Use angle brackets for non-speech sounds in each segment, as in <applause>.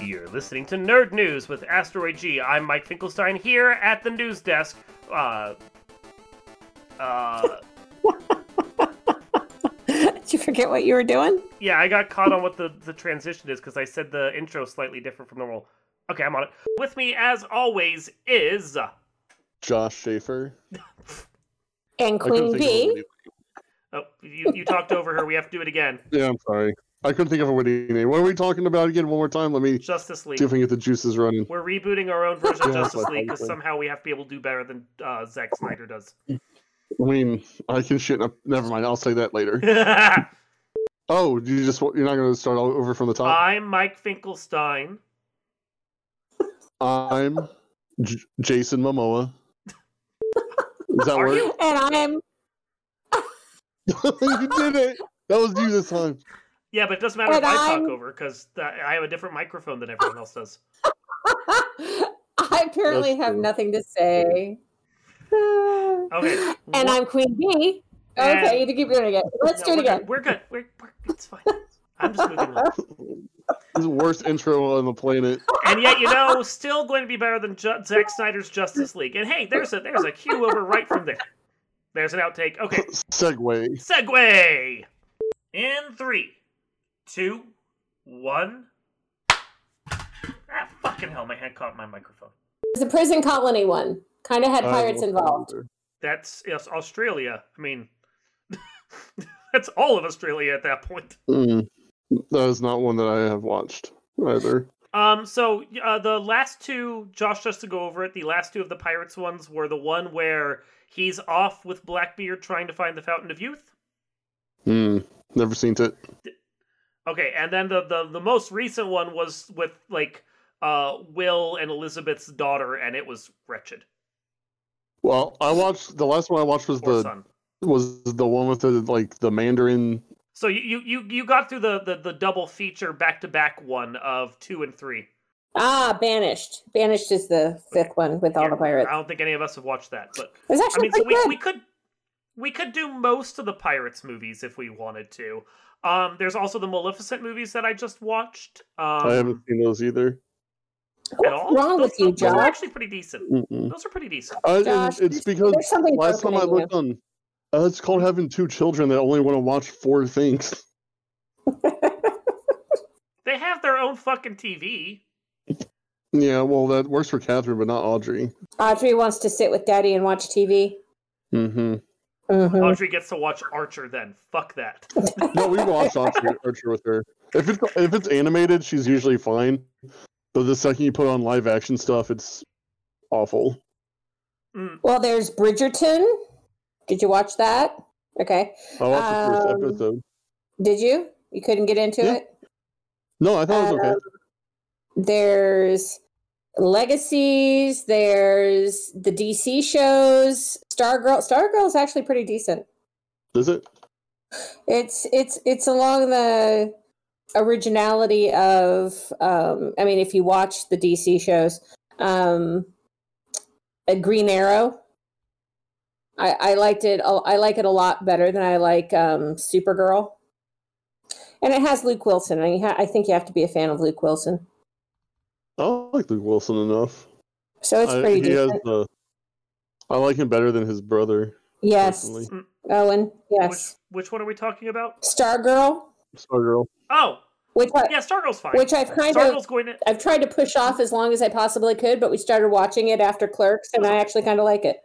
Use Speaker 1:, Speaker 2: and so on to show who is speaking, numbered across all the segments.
Speaker 1: You're listening to Nerd News with Asteroid G. I'm Mike Finkelstein here at the news desk. Uh, uh,
Speaker 2: Did you forget what you were doing?
Speaker 1: yeah, I got caught on what the, the transition is because I said the intro slightly different from normal. Okay, I'm on it. With me, as always, is oh,
Speaker 3: Josh Schaefer.
Speaker 2: And
Speaker 3: I couldn't
Speaker 2: Queen
Speaker 3: think of a
Speaker 2: Bee.
Speaker 3: witty-
Speaker 1: oh, you, you talked over her. We have to do it again.
Speaker 3: Yeah, I'm sorry. I couldn't think of a witty name. What are we talking about again? One more time. Let me see
Speaker 1: Justice League.
Speaker 3: if I can get the juices running.
Speaker 1: We're rebooting our own version of
Speaker 3: Yeah,
Speaker 1: Justice
Speaker 3: like,
Speaker 1: League because
Speaker 3: honestly.
Speaker 1: somehow we have to be able to do better than uh, Zack Snyder does.
Speaker 3: I mean, I can shit up. Never mind. I'll say that later. Oh, you just you're not going to start all over from the top.
Speaker 1: <laughs> I'm Mike Finkelstein.
Speaker 2: Uh,
Speaker 3: I'm J- Jason Momoa. Does that
Speaker 1: Are
Speaker 3: work?
Speaker 1: you?
Speaker 2: And I'm
Speaker 3: <laughs> you did it. That was you this time.
Speaker 1: Yeah, but it doesn't matter
Speaker 2: But
Speaker 1: if I talk
Speaker 2: I'm-
Speaker 1: over because I have a different microphone than everyone else does.
Speaker 2: <laughs> I apparently
Speaker 3: That's
Speaker 2: have
Speaker 3: true.
Speaker 2: nothing to say. <sighs>
Speaker 1: Okay.
Speaker 2: <laughs> And I'm Queen Bee.
Speaker 1: And-
Speaker 2: Okay, you need to keep doing it again. Let's
Speaker 1: No,
Speaker 2: do
Speaker 1: we're
Speaker 2: it
Speaker 1: good.
Speaker 2: again.
Speaker 1: We're good. We're, we're, it's fine. I'm just moving
Speaker 2: <laughs>
Speaker 1: on.
Speaker 3: This is the worst intro on the planet.
Speaker 1: And yet, you know, still going to be better than Ju- Zack Snyder's Justice League. And hey, there's a there's a cue over right from there. There's an outtake.
Speaker 2: <laughs>
Speaker 1: Okay,
Speaker 3: Segway.
Speaker 1: segue. In three, two, one. Ah, fucking hell! My hand caught my microphone.
Speaker 2: It's a prison colony one. Kind of had pirates
Speaker 3: I will-
Speaker 2: involved.
Speaker 1: That's yes, Australia. I mean, <laughs> that's all of Australia at that point.
Speaker 3: Mm. That is not one that I have watched either.
Speaker 1: Um, so uh, the last two, Josh, just to go over it, the last two of the Pirates ones were the one where he's off with Blackbeard trying to find the Fountain of Youth.
Speaker 3: Mm. Never seen it.
Speaker 1: Okay, and then the the, the most recent one was with like uh, Will and Elizabeth's daughter, and it was wretched.
Speaker 3: Well, I watched the last one I watched was
Speaker 1: Poor
Speaker 3: the
Speaker 1: son.
Speaker 3: was the one with the like the Mandarin.
Speaker 1: So you you you- you got through the the, the double feature back to back one of two and three.
Speaker 2: Ah, Banished. Banished is the fifth one with all
Speaker 1: Yeah,
Speaker 2: the pirates.
Speaker 1: I don't think any of us have watched that, but
Speaker 2: It's
Speaker 1: I
Speaker 2: actually
Speaker 1: mean, so
Speaker 2: pretty
Speaker 1: we,
Speaker 2: good.
Speaker 1: we could we could do most of the pirates movies if we wanted to. Um, there's also the Maleficent movies that I just watched. Um,
Speaker 3: I haven't seen those either.
Speaker 1: at all.
Speaker 2: What's wrong
Speaker 1: Those-
Speaker 2: with you,
Speaker 1: those are
Speaker 2: Josh?
Speaker 1: actually pretty decent.
Speaker 3: Mm-mm.
Speaker 1: Those are pretty decent.
Speaker 3: I, and
Speaker 2: Josh,
Speaker 3: it's because
Speaker 2: There's something
Speaker 3: last
Speaker 2: broken
Speaker 3: time I
Speaker 2: in you.
Speaker 3: looked on, uh, it's called having two children that only want to watch four things. <laughs>
Speaker 1: They have their own fucking TV.
Speaker 3: Yeah, well, that works for Catherine, but not Audrey.
Speaker 2: Audrey wants to sit with daddy and watch TV.
Speaker 3: Mm-hmm.
Speaker 2: Mhm.
Speaker 1: Audrey gets to watch Archer. Then fuck that.
Speaker 3: No, we watched Archer, Archer with her. If it's if it's animated, she's usually fine. But the second you put on live action stuff, it's awful.
Speaker 1: Mm,
Speaker 2: Well, there's Bridgerton. Did you watch that? Okay.
Speaker 3: I watched the
Speaker 2: Um,
Speaker 3: first episode.
Speaker 2: Did you? You couldn't get into
Speaker 3: Yeah.
Speaker 2: it?
Speaker 3: No, I thought it was okay.
Speaker 2: um, There's Legacies, there's the DC shows, Stargirl. Stargirl's actually pretty decent.
Speaker 3: Is it?
Speaker 2: It's it's it's along the originality of um I mean if you watch the DC shows, um a Green Arrow. I, I liked it. a- I like it a lot better than I like um, Supergirl, and it has Luke Wilson. And you ha- I think you have to be a fan of Luke Wilson,
Speaker 3: I don't like Luke Wilson enough.
Speaker 2: so it's
Speaker 3: I-
Speaker 2: pretty
Speaker 3: Uh, he has
Speaker 2: decent.
Speaker 3: the. I like him better than his brother.
Speaker 2: Yes,
Speaker 3: personally.
Speaker 2: Owen. Yes,
Speaker 1: Which which one are we talking about?
Speaker 2: Stargirl,
Speaker 3: Stargirl.
Speaker 1: Oh,
Speaker 2: which I,
Speaker 1: yeah, Stargirl's fine.
Speaker 2: which I've kind of
Speaker 1: Stargirl's going to.
Speaker 2: I've tried to push off as long as I possibly could, but we started watching it after Clerks, and I actually kind of like it.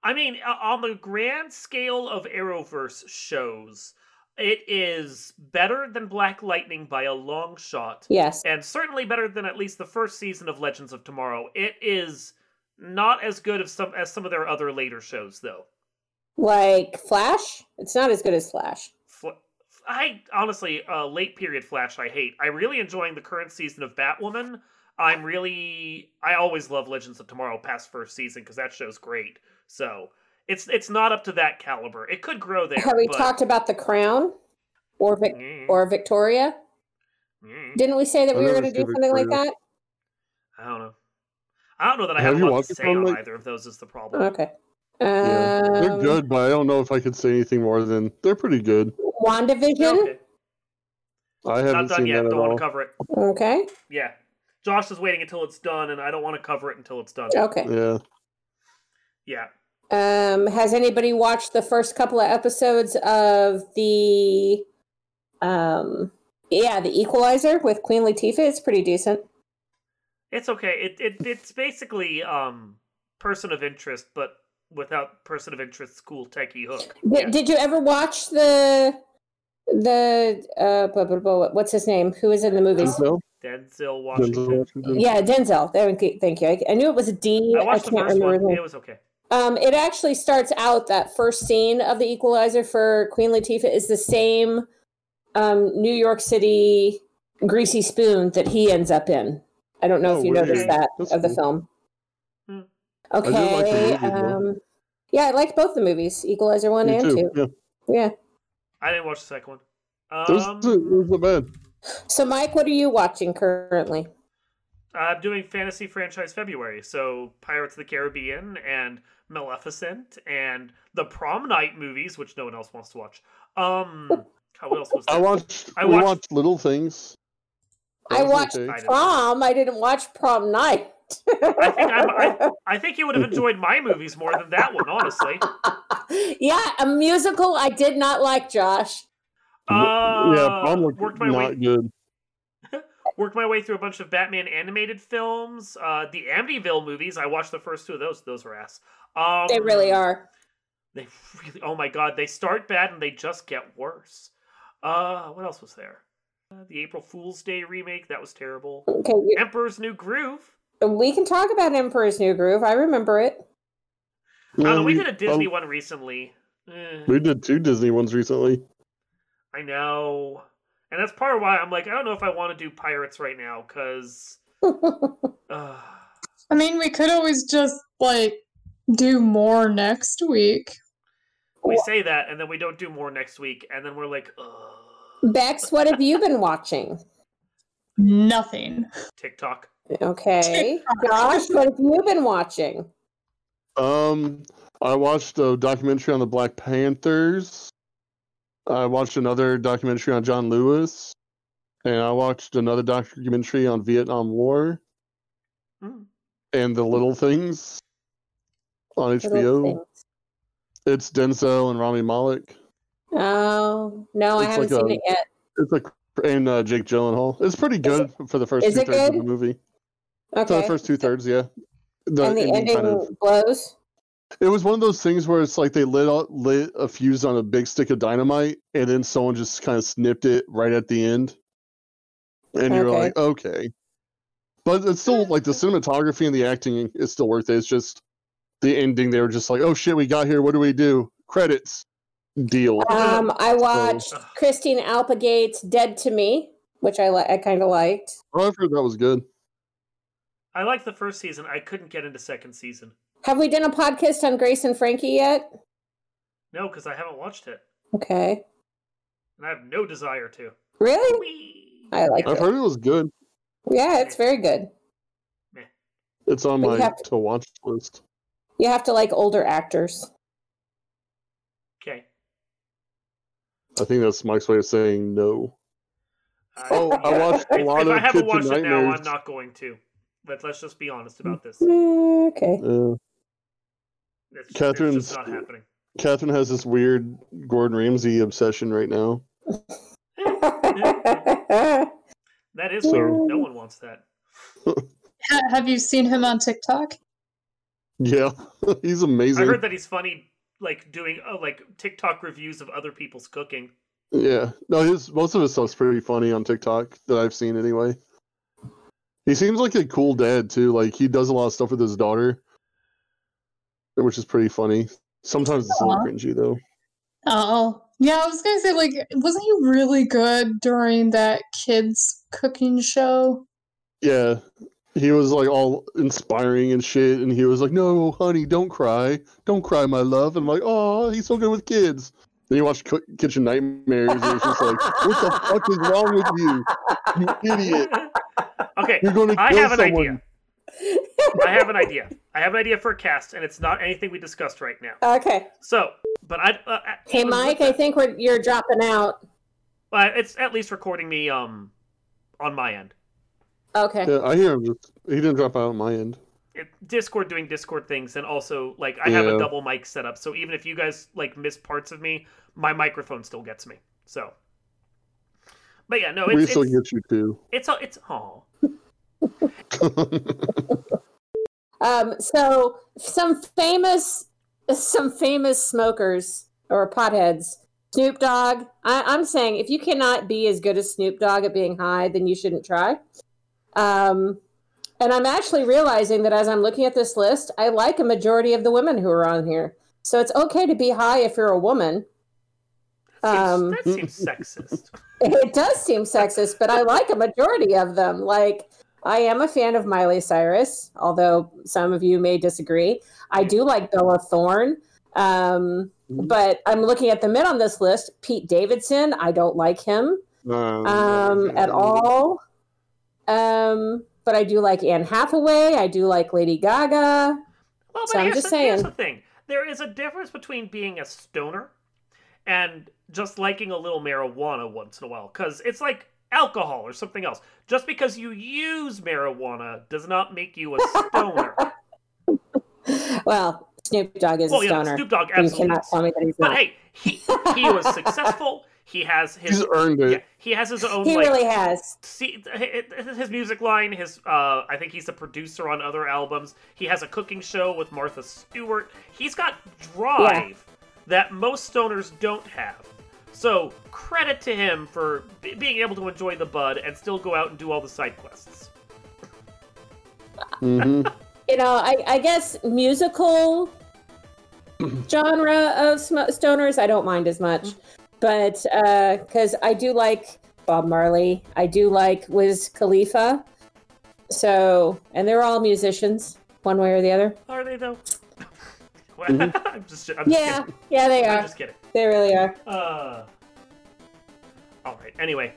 Speaker 1: I mean, uh, on the grand scale of Arrowverse shows, it is better than Black Lightning by a long shot,
Speaker 2: Yes,
Speaker 1: and certainly better than at least the first season of Legends of Tomorrow. It is not as good of some as some of their other later shows, though.
Speaker 2: like Flash, it's not as good as Flash.
Speaker 1: Fl- I honestly, uh, late period Flash, I hate. I'm really enjoying the current season of Batwoman. I'm really, I always love Legends of Tomorrow past first season because that show's great. So it's it's not up to that caliber. It could grow there.
Speaker 2: Have we
Speaker 1: but-
Speaker 2: talked about The Crown or Vic-
Speaker 1: Mm,
Speaker 2: or Victoria?
Speaker 1: mm,
Speaker 2: Didn't we say that
Speaker 3: I
Speaker 2: we were
Speaker 3: never
Speaker 2: going to
Speaker 3: see
Speaker 2: do something like
Speaker 3: Victoria.
Speaker 1: <laughs>
Speaker 2: that?
Speaker 1: I don't know. I don't know that I
Speaker 3: Have
Speaker 1: have, a
Speaker 3: you
Speaker 1: lot
Speaker 3: watched
Speaker 1: to
Speaker 3: it,
Speaker 1: say on
Speaker 3: Tom? Like-
Speaker 1: either of those. Is the problem?
Speaker 2: Okay.
Speaker 3: Yeah. they're
Speaker 2: Um,
Speaker 3: good, but I don't know if I could say anything more than they're pretty good.
Speaker 2: Um, WandaVision.
Speaker 1: Okay.
Speaker 3: I haven't
Speaker 1: Not done
Speaker 3: seen
Speaker 1: yet.
Speaker 3: that at
Speaker 1: Don't want
Speaker 3: all.
Speaker 1: to cover it.
Speaker 2: Okay.
Speaker 1: Yeah, Josh is waiting until it's done, and I don't want to cover it until it's done.
Speaker 2: Okay.
Speaker 3: Yeah.
Speaker 1: Yeah.
Speaker 2: Um, has anybody watched the first couple of episodes of the um yeah, the Equalizer with Queen Latifah? It's pretty decent.
Speaker 1: It's okay. It, it it's basically um person of interest, but without person of interest's cool techie hook.
Speaker 2: Did,
Speaker 1: Yeah.
Speaker 2: did you ever watch the the uh blah, blah, blah, what's his name? Who is in the movies?
Speaker 3: Denzel?
Speaker 1: Denzel
Speaker 3: Denzel
Speaker 1: Washington.
Speaker 3: Washington?
Speaker 2: Yeah, Denzel. There, we go. thank you. I, I knew it was a D.
Speaker 1: I
Speaker 2: I
Speaker 1: watched
Speaker 2: can't
Speaker 1: the first
Speaker 2: remember his
Speaker 1: one.
Speaker 2: name.
Speaker 1: It was okay.
Speaker 2: Um, it actually starts out that first scene of the Equalizer for Queen Latifah is the same um, New York City greasy spoon that he ends up in. I don't know
Speaker 3: Oh,
Speaker 2: if you
Speaker 3: really?
Speaker 2: noticed that
Speaker 3: That's
Speaker 2: of the
Speaker 3: cool.
Speaker 2: film.
Speaker 1: Hmm.
Speaker 3: did like the
Speaker 2: Okay.
Speaker 3: movie, though.
Speaker 2: um, yeah, I liked both the movies, Equalizer one
Speaker 3: Me
Speaker 2: and
Speaker 3: too.
Speaker 2: two.
Speaker 3: Yeah.
Speaker 2: Yeah.
Speaker 1: I didn't watch the second one.
Speaker 3: It was, it
Speaker 1: Um,
Speaker 3: was not bad.
Speaker 2: So, Mike, what are you watching currently?
Speaker 1: I'm doing fantasy franchise February, so Pirates of the Caribbean and Maleficent and the Prom Night movies, which no one else wants to watch. Um, how else was
Speaker 3: I
Speaker 1: that?
Speaker 3: watched.
Speaker 1: I
Speaker 3: we
Speaker 1: watched-
Speaker 3: watched Little Things.
Speaker 2: I
Speaker 3: That was
Speaker 2: watched
Speaker 3: okay.
Speaker 1: I didn't-
Speaker 2: Prom. I didn't watch Prom Night.
Speaker 1: I think I'm, I, I think you would have enjoyed my movies more than that one, honestly.
Speaker 2: <laughs> yeah, a musical I did not like, Josh.
Speaker 1: Uh,
Speaker 3: yeah, Prom looked
Speaker 1: worked my
Speaker 3: not
Speaker 1: way
Speaker 3: good.
Speaker 1: worked my way through a bunch of Batman animated films, uh, the Amityville movies. I watched the first two of those. Those were ass. Um,
Speaker 2: They really are.
Speaker 1: They really. Oh my god, they start bad and they just get worse. Uh, what else was there? Uh, the April Fool's Day remake that was terrible.
Speaker 2: Okay, you-
Speaker 1: Emperor's New Groove.
Speaker 2: we can talk about Emperor's New Groove. I remember it. <laughs>
Speaker 1: I don't
Speaker 3: Yeah,
Speaker 1: know, we did a Disney
Speaker 3: um,
Speaker 1: one recently. Eh,
Speaker 3: We did two Disney ones recently.
Speaker 1: I know, and that's part of why I'm like, I don't know if I want to do pirates right now because. uh,
Speaker 4: I mean, we could always just like do more next week.
Speaker 1: we
Speaker 2: Wha-
Speaker 1: say that, and then we don't do more next week, and then we're like,
Speaker 2: <laughs>
Speaker 1: Ugh,
Speaker 2: Bex, what have you been watching?
Speaker 4: Nothing.
Speaker 1: TikTok. <laughs>
Speaker 2: Okay. Josh, what have you been watching?
Speaker 3: Um, I watched a documentary on the Black Panthers. I watched another documentary on John Lewis, and I watched another documentary on Vietnam War
Speaker 1: Hmm.
Speaker 3: and the Little Things on
Speaker 2: Little
Speaker 3: HBO.
Speaker 2: things.
Speaker 3: It's Denzel and Rami Malek.
Speaker 2: Oh, no, I
Speaker 3: It's
Speaker 2: haven't
Speaker 3: like
Speaker 2: seen
Speaker 3: a-
Speaker 2: it yet.
Speaker 3: It's a and uh, Jake Gyllenhaal. It's pretty good for the first
Speaker 2: is
Speaker 3: two
Speaker 2: it
Speaker 3: thirds of
Speaker 2: good?
Speaker 3: the movie. For
Speaker 2: Okay.
Speaker 3: the first two thirds, yeah. The
Speaker 2: and the
Speaker 3: ending
Speaker 2: ending
Speaker 3: kind of-
Speaker 2: blows.
Speaker 3: It was one of those things where it's like they lit a, lit a fuse on a big stick of dynamite, and then someone just kind of snipped it right at the end, and you're
Speaker 2: Okay.
Speaker 3: like, okay. But it's still like the cinematography and the acting is still worth it. It's just the ending. They were just like, oh shit, we got here. What do we do? Credits. Deal.
Speaker 2: Um, I watched Christine Alpagate's Dead to Me, which I, li- I kind of liked.
Speaker 3: However, that was good.
Speaker 1: I liked the first season. I couldn't get into second season.
Speaker 2: Have we done a podcast on Grace and Frankie yet?
Speaker 1: No, because I haven't watched it,
Speaker 2: Okay.
Speaker 1: and I have no desire to.
Speaker 2: Really?
Speaker 1: Whee!
Speaker 2: I like
Speaker 3: I've
Speaker 2: it.
Speaker 3: heard it was good.
Speaker 2: Yeah, it's very good.
Speaker 3: It's on
Speaker 2: But you
Speaker 3: my
Speaker 2: have
Speaker 3: to watch list.
Speaker 2: You have to like older actors.
Speaker 1: Okay.
Speaker 3: I think that's Mike's way of saying no.
Speaker 1: I-
Speaker 3: Oh, I
Speaker 1: yeah.
Speaker 3: watched
Speaker 1: <laughs>
Speaker 3: a
Speaker 1: If-
Speaker 3: lot
Speaker 1: if I
Speaker 3: of
Speaker 1: haven't
Speaker 3: Kitchen
Speaker 1: watched it now,
Speaker 3: Nightmares.
Speaker 1: I'm not going to. But let's just be honest about this.
Speaker 2: Mm, Okay.
Speaker 3: Uh,
Speaker 1: It's, it's
Speaker 3: Catherine's-
Speaker 1: just not happening.
Speaker 3: Catherine has this weird Gordon Ramsay obsession right now.
Speaker 1: That is
Speaker 3: So-
Speaker 1: weird. No one wants that.
Speaker 4: Ha- have you seen him on TikTok?
Speaker 3: Yeah, <laughs> he's
Speaker 1: I
Speaker 3: amazing.
Speaker 1: heard that he's funny, like doing uh, like TikTok reviews of other people's
Speaker 3: <laughs>
Speaker 1: cooking. <laughs>
Speaker 3: Yeah, no, his most of his stuff's pretty funny on TikTok that I've seen anyway. He seems like a cool dad too. Like he does a lot of stuff with his daughter, which is pretty funny. Sometimes it's a little
Speaker 4: Aw.
Speaker 3: cringy though.
Speaker 4: Oh, yeah. I was gonna say like, wasn't he really good during that kids cooking show?
Speaker 3: Yeah, he was like all inspiring and shit, and he was like, "No, honey, don't cry, don't cry, my love." And I'm like, "Oh, he's so good with kids." Then you watch Cook- Kitchen Nightmares, and it's just like, "What the fuck is wrong with you, you idiot?
Speaker 1: okay,
Speaker 3: You're going to kill
Speaker 1: I have an
Speaker 3: someone."
Speaker 1: idea. I have an idea. I have an idea for a cast, and it's not anything we discussed right now.
Speaker 2: <laughs> Okay.
Speaker 1: So, but I. Uh, I-
Speaker 2: Hey,
Speaker 1: with
Speaker 2: Mike,
Speaker 1: that-
Speaker 2: I think we're, you're dropping out.
Speaker 1: uh, But it's at least recording me um on my end.
Speaker 2: Okay.
Speaker 3: Yeah, I hear him. He didn't drop out on my end.
Speaker 1: it, Discord doing Discord things, and also like I have a
Speaker 3: Yeah.
Speaker 1: double mic set up, so even if you guys like miss parts of me, my microphone still gets me. So, but yeah, no,
Speaker 3: we
Speaker 1: Oh, it's
Speaker 3: still
Speaker 1: it's,
Speaker 3: get you too.
Speaker 1: it's all it's all.
Speaker 2: Um, so some famous, some famous smokers or potheads. Snoop Dogg. I, I'm saying if you cannot be as good as Snoop Dogg at being high, then you shouldn't try. Um, and I'm actually realizing that as I'm looking at this list, I like a majority of the women who are on here. So it's okay to be high if you're a woman. Um,
Speaker 1: that seems sexist.
Speaker 2: It does seem sexist, but I like a majority of them. Like, I am a fan of Miley Cyrus, although some of you may disagree. I do like Bella Thorne, um, but I'm looking at the men on this list. Pete Davidson, I don't like him
Speaker 3: Um,
Speaker 2: um, at all. Um, but I do like Anne Hathaway. I do like Lady Gaga.
Speaker 1: Well, but
Speaker 2: So I'm
Speaker 1: here's,
Speaker 2: just
Speaker 1: the, here's
Speaker 2: saying.
Speaker 1: the thing: there is a difference between being a stoner and just liking a little marijuana once in a while, because it's like alcohol or something else. Just because you use marijuana does not make you
Speaker 2: <laughs>
Speaker 1: a stoner.
Speaker 2: Well, Snoop Dogg is
Speaker 1: well,
Speaker 2: a
Speaker 1: yeah,
Speaker 2: stoner.
Speaker 1: Snoop Dogg
Speaker 2: you
Speaker 1: absolutely.
Speaker 2: cannot
Speaker 1: is.
Speaker 2: tell me that he's
Speaker 1: But
Speaker 2: not.
Speaker 1: hey, he he was successful. He has his
Speaker 3: He's earned it.
Speaker 1: yeah, he has his own
Speaker 2: He
Speaker 1: like
Speaker 2: really has.
Speaker 1: see his his music line. His uh, I think he's a producer on other albums. He has a cooking show with Martha Stewart. He's got drive that most stoners don't have. So credit to him for b- being able to enjoy the bud and still go out and do all the side quests.
Speaker 3: hmm
Speaker 2: you know, I, I guess musical genre of sm- stoners, I don't mind as much, but because I do like Bob Marley, I do like Wiz Khalifa, so and they're all musicians, one way or the other.
Speaker 1: Are they though? <laughs> Well,
Speaker 3: Mhm.
Speaker 1: <laughs> I'm just I'm
Speaker 2: Mm-hmm. Yeah,
Speaker 1: just
Speaker 2: yeah, they
Speaker 1: kidding. I'm
Speaker 2: are.
Speaker 1: just kidding.
Speaker 2: They really are.
Speaker 1: Uh, all right. Anyway,